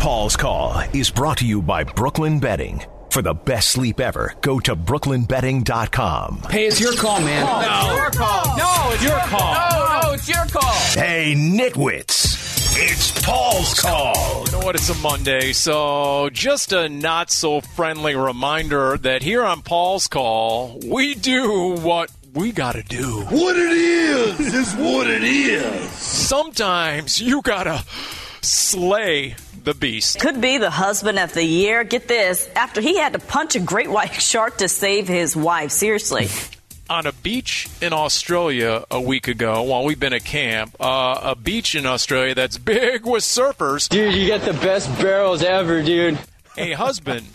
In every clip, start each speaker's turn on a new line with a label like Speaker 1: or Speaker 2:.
Speaker 1: Paul's Call is brought to you by Brooklyn Betting. For the best sleep ever, go to brooklynbetting.com.
Speaker 2: Hey, it's your call, man.
Speaker 3: Oh,
Speaker 4: No. Your call. No, it's your, call. No, no, it's your call.
Speaker 1: Hey, nitwits, it's Paul's Call.
Speaker 5: You know what? It's a Monday, so just a not so friendly reminder that here on Paul's Call, we do what we gotta do.
Speaker 6: What it is is what it is.
Speaker 5: Sometimes you gotta slay the beast.
Speaker 7: Could be the husband of the year. Get this after he had to punch a great white shark to save his wife. Seriously.
Speaker 5: On a beach in Australia a week ago, while we've been at camp, uh, a beach in Australia that's big with surfers.
Speaker 8: Dude, you got the best barrels ever, dude.
Speaker 5: A husband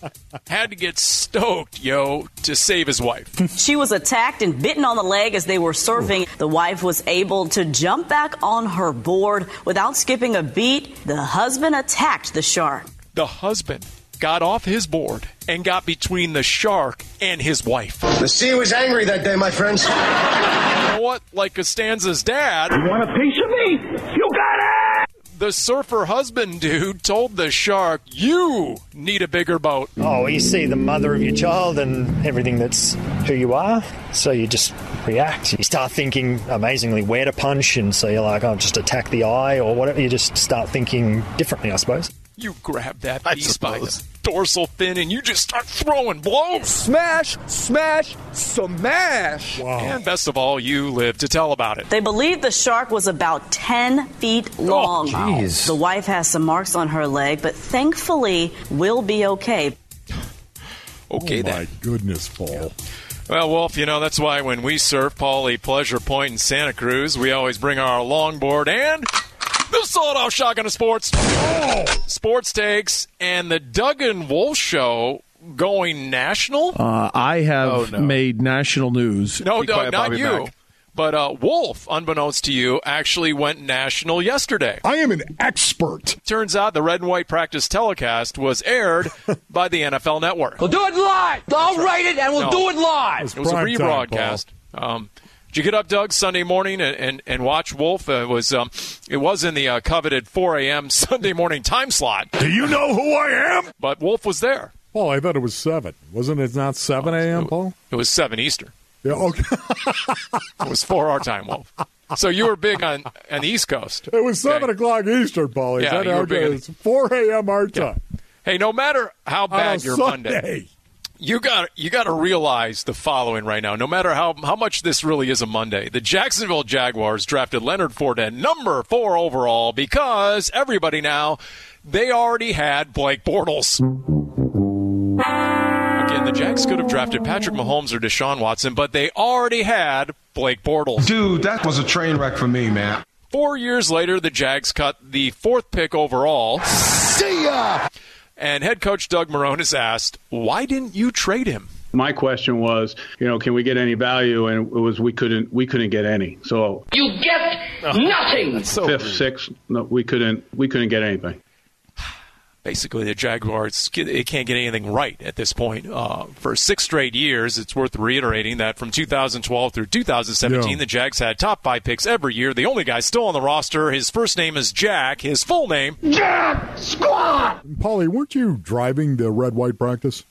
Speaker 5: had to get stoked, yo, to save his wife.
Speaker 7: She was attacked and bitten on the leg as they were surfing. The wife was able to jump back on her board without skipping a beat. The husband attacked the shark.
Speaker 5: The husband got off his board and got between the shark and his wife.
Speaker 9: The sea was angry that day, my friends.
Speaker 5: You know what? Like Costanza's dad.
Speaker 10: You want a piece of me? You got it!
Speaker 5: the surfer husband dude told the shark, "You need a bigger boat."
Speaker 11: Oh, you see the mother of your child and everything that's who you are, so you just react. You start thinking amazingly where to punch, and so you're like, "I'll oh, just attack the eye" or whatever. You just start thinking differently, I suppose.
Speaker 5: You grab that beast by the dorsal fin and you just start throwing blows.
Speaker 12: Smash, smash, smash.
Speaker 5: Wow. And best of all, you live to tell about it.
Speaker 7: They believe the shark was about 10 feet long.
Speaker 2: Oh, geez.
Speaker 7: the wife has some marks on her leg, but thankfully will be okay.
Speaker 5: okay,
Speaker 6: oh,
Speaker 5: then.
Speaker 6: my goodness, Paul.
Speaker 5: Well, Wolf, you know, that's why when we surf Paulie Pleasure Point in Santa Cruz, we always bring our longboard and the sold out shotgun of sports. Oh. Sports takes and the Duggan Wolf Show going national.
Speaker 13: Uh, I have oh, no. made national news.
Speaker 5: No, no not Bobby you. Mack. But uh, Wolf, unbeknownst to you, actually went national yesterday.
Speaker 6: I am an expert.
Speaker 5: Turns out the red and white practice telecast was aired by the NFL Network.
Speaker 2: We'll do it live. I'll write it and we'll no. do it live. It
Speaker 5: was, it was a rebroadcast. Time, did you get up, Doug, Sunday morning and, and, and watch Wolf? Uh, it was um, it was in the uh, coveted 4 a.m. Sunday morning time slot.
Speaker 6: Do you know who I am?
Speaker 5: But Wolf was there.
Speaker 6: Paul, I thought it was seven. Wasn't it not seven oh, a.m.
Speaker 5: It,
Speaker 6: Paul?
Speaker 5: It was seven Eastern.
Speaker 6: Yeah, okay.
Speaker 5: it was four our time, Wolf. So you were big on, on the East Coast.
Speaker 6: It was seven okay. o'clock Eastern, Paul. Is yeah, that our day? It's four a.m. our yeah. time.
Speaker 5: Hey, no matter how bad
Speaker 6: on
Speaker 5: your
Speaker 6: Sunday.
Speaker 5: Monday you got you got to realize the following right now. No matter how how much this really is a Monday, the Jacksonville Jaguars drafted Leonard Fournette number four overall because everybody now they already had Blake Bortles. Again, the Jags could have drafted Patrick Mahomes or Deshaun Watson, but they already had Blake Bortles.
Speaker 14: Dude, that was a train wreck for me, man.
Speaker 5: Four years later, the Jags cut the fourth pick overall.
Speaker 6: See ya.
Speaker 5: And head coach Doug Marone is asked, why didn't you trade him?
Speaker 15: My question was, you know, can we get any value? And it was we couldn't we couldn't get any. So
Speaker 10: you get nothing.
Speaker 15: So fifth, sixth, no, we couldn't we couldn't get anything.
Speaker 5: Basically, the Jaguars it can't get anything right at this point. Uh, for six straight years, it's worth reiterating that from 2012 through 2017, yeah. the Jags had top five picks every year. The only guy still on the roster, his first name is Jack. His full name,
Speaker 10: Jack Squad.
Speaker 6: Polly, weren't you driving the red white practice?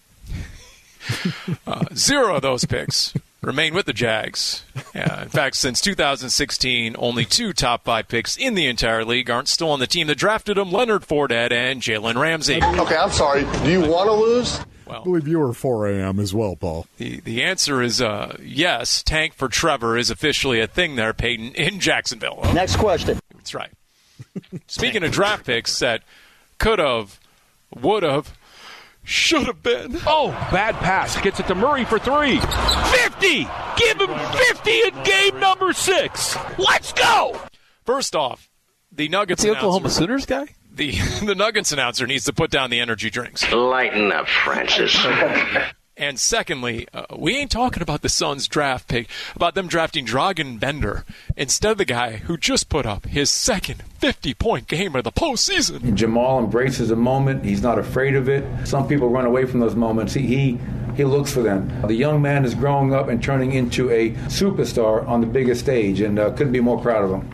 Speaker 5: uh, zero of those picks remain with the Jags. Yeah, in fact, since 2016, only two top five picks in the entire league aren't still on the team that drafted them Leonard Fournette and Jalen Ramsey.
Speaker 16: Okay, I'm sorry. Do you want to lose?
Speaker 6: Well, I believe you were 4 a.m. as well, Paul.
Speaker 5: The the answer is uh, yes. Tank for Trevor is officially a thing there, Peyton, in Jacksonville.
Speaker 2: Next question.
Speaker 5: That's right. Speaking of draft picks that could have, would have, should have been.
Speaker 3: Oh, bad pass. Gets it to Murray for three. 50! Give him 50 in game number six. Let's go!
Speaker 5: First off, the Nuggets
Speaker 2: That's the Oklahoma Sooners guy?
Speaker 5: The, the Nuggets announcer needs to put down the energy drinks.
Speaker 17: Lighten up, Francis.
Speaker 5: and secondly, uh, we ain't talking about the Suns draft pick, about them drafting Dragon Bender instead of the guy who just put up his second 50 point game of the postseason.
Speaker 18: Jamal embraces the moment. He's not afraid of it. Some people run away from those moments. He, he, he looks for them. The young man is growing up and turning into a superstar on the biggest stage, and uh, couldn't be more proud of him.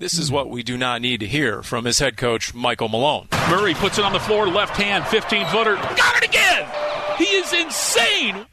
Speaker 5: This is what we do not need to hear from his head coach, Michael Malone.
Speaker 3: Murray puts it on the floor, left hand, 15 footer. Got it again! He is insane!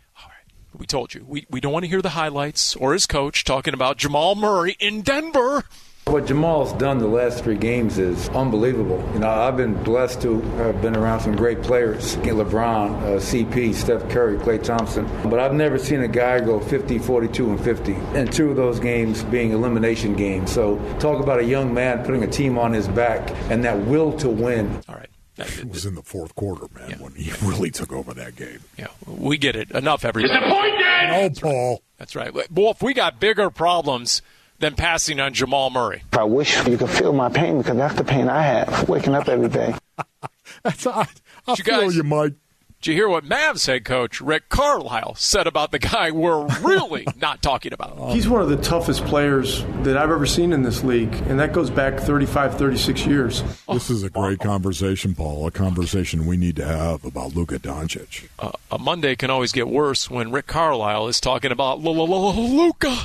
Speaker 5: We told you. We, we don't want to hear the highlights or his coach talking about Jamal Murray in Denver.
Speaker 18: What Jamal's done the last three games is unbelievable. You know, I've been blessed to have been around some great players, LeBron, uh, CP, Steph Curry, Klay Thompson, but I've never seen a guy go 50, 42, and 50, and two of those games being elimination games. So talk about a young man putting a team on his back and that will to win.
Speaker 5: All right.
Speaker 6: It was in the fourth quarter, man, when he really took over that game.
Speaker 5: Yeah, we get it. Enough, everybody.
Speaker 6: No, Paul.
Speaker 5: That's right. Wolf, we got bigger problems than passing on Jamal Murray.
Speaker 19: I wish you could feel my pain because that's the pain I have waking up every day.
Speaker 6: That's, I, I
Speaker 5: Did you
Speaker 6: feel
Speaker 5: guys-
Speaker 6: you, Mike.
Speaker 5: Did you hear what Mavs head coach Rick Carlisle said about the guy we're really not talking about?
Speaker 6: Oh.
Speaker 20: He's one of the toughest players that I've ever seen in this league, and that goes back 35, 36 years.
Speaker 6: This is a great conversation, Paul. A conversation we need to have about Luka Doncic.
Speaker 5: Uh, a Monday can always get worse when Rick Carlisle is talking about Luca.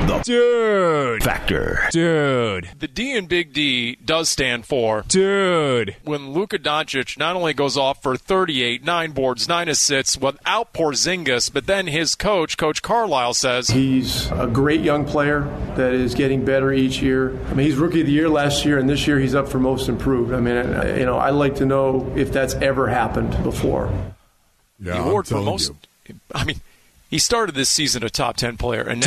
Speaker 1: The
Speaker 5: Dude.
Speaker 1: Factor.
Speaker 5: Dude. The D in Big D does stand for Dude. When Luka Doncic not only goes off for 38, nine boards, nine assists without Porzingis, but then his coach, Coach Carlisle, says
Speaker 20: He's a great young player that is getting better each year. I mean, he's rookie of the year last year, and this year he's up for most improved. I mean, I- you know, I'd like to know if that's ever happened before.
Speaker 6: Yeah,
Speaker 5: the
Speaker 6: I'm
Speaker 5: award for
Speaker 6: telling
Speaker 5: most.
Speaker 6: you.
Speaker 5: I mean, he started this season a top 10 player, and now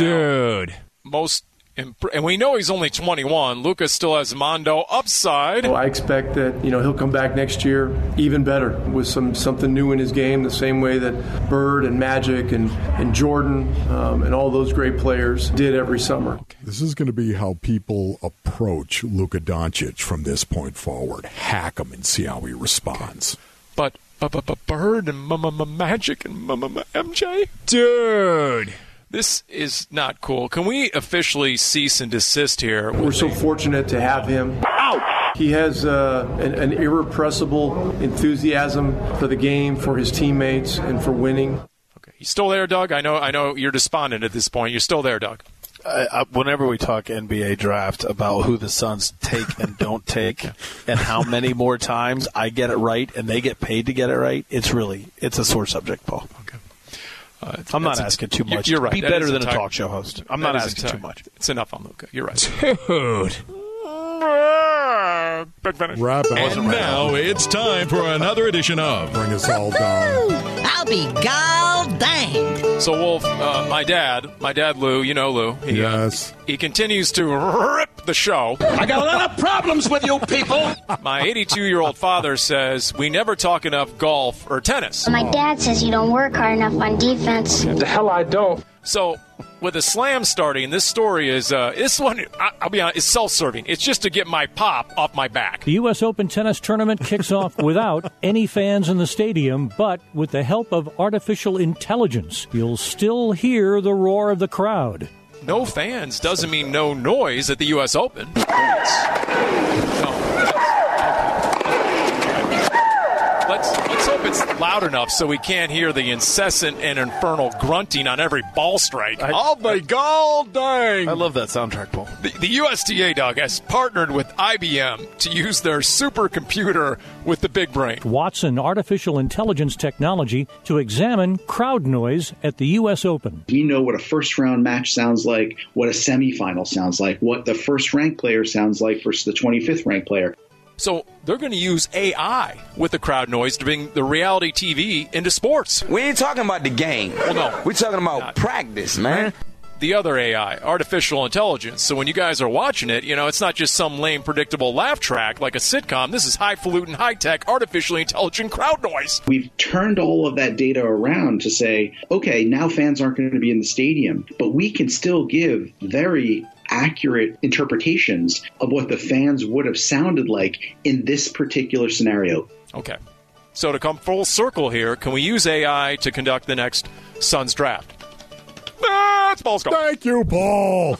Speaker 3: Dude.
Speaker 5: most. imp- And we know he's only 21. Lucas still has Mondo upside.
Speaker 20: So I expect that you know he'll come back next year even better with some something new in his game, the same way that Bird and Magic and and Jordan um, and all those great players did every summer.
Speaker 6: This is going to be how people approach Luka Doncic from this point forward. Hack him and see how he responds.
Speaker 5: But but but but Bird and m- m- m- Magic and m- m- MJ,
Speaker 3: dude,
Speaker 5: this is not cool. Can we officially cease and desist here?
Speaker 20: We're so fortunate to have him. He has uh, an, an irrepressible enthusiasm for the game, for his teammates, and for winning.
Speaker 5: You still there, Doug? I know I know you're despondent at this point. You're still there, Doug.
Speaker 21: I, I, whenever we talk NBA draft about who the Suns take and don't take, and how many more times I get it right and they get paid to get it right, it's really it's a sore subject, Paul. I'm not
Speaker 5: Uh, That's-
Speaker 21: asking too
Speaker 5: you're-
Speaker 21: much.
Speaker 5: You're right.
Speaker 21: Be
Speaker 5: That
Speaker 21: better
Speaker 5: is
Speaker 21: than a
Speaker 5: entire-
Speaker 21: talk show host. I'm
Speaker 5: that
Speaker 21: not
Speaker 5: is
Speaker 21: asking
Speaker 5: entire-
Speaker 21: too much.
Speaker 5: It's enough on Luca. You're right.
Speaker 22: Dude.
Speaker 5: Big finish.
Speaker 22: And now it's time for another edition of
Speaker 6: Bring us all down.
Speaker 23: I'll be god dang.
Speaker 5: So Wolf, uh, my dad, my dad Lou, you know Lou. He, yes. He continues to rip the show. I
Speaker 2: got a lot of problems with you people.
Speaker 5: My 82 year old father says we never talk enough golf or tennis.
Speaker 24: My dad says you don't work hard enough on defense. The hell I don't.
Speaker 5: So with a slam starting, this story is uh, this one. I, I'll be honest, it's self-serving. It's just to get my pop off my back.
Speaker 25: The U.S. Open tennis tournament kicks off without any fans in the stadium, but with the help of artificial intelligence, you'll still hear the roar of the crowd.
Speaker 5: No fans doesn't mean no noise at the U.S. Open. No. Let's let's hope it's loud enough so we can't hear the incessant and infernal grunting on every ball strike. oh my god, dang! I
Speaker 21: love that soundtrack, Paul.
Speaker 5: The, the USDA dog has partnered with IBM to use their supercomputer with the big brain.
Speaker 25: Watson artificial intelligence technology to examine crowd noise at the U.S. Open.
Speaker 26: We know what a first round match sounds like, what a semifinal sounds like, what the first ranked player sounds like versus the 25th ranked player.
Speaker 5: So they're going to use AI with the crowd noise to bring the reality TV into sports.
Speaker 27: We ain't talking about the game.
Speaker 5: Well, no,
Speaker 27: We're talking about practice, man.
Speaker 5: the other AI, artificial intelligence. So when you guys are watching it, you know, it's not just some lame, predictable laugh track like a sitcom. This is highfalutin, high tech, artificially intelligent crowd noise.
Speaker 26: We've turned all of that data around to say, okay, now fans aren't going to be in the stadium, but we can still give very accurate interpretations of what the fans would have sounded like in this particular scenario.
Speaker 5: Okay. So to come full circle here, can we use AI to conduct the next Suns draft? Ah, it's balls gone.
Speaker 6: Thank you, Paul.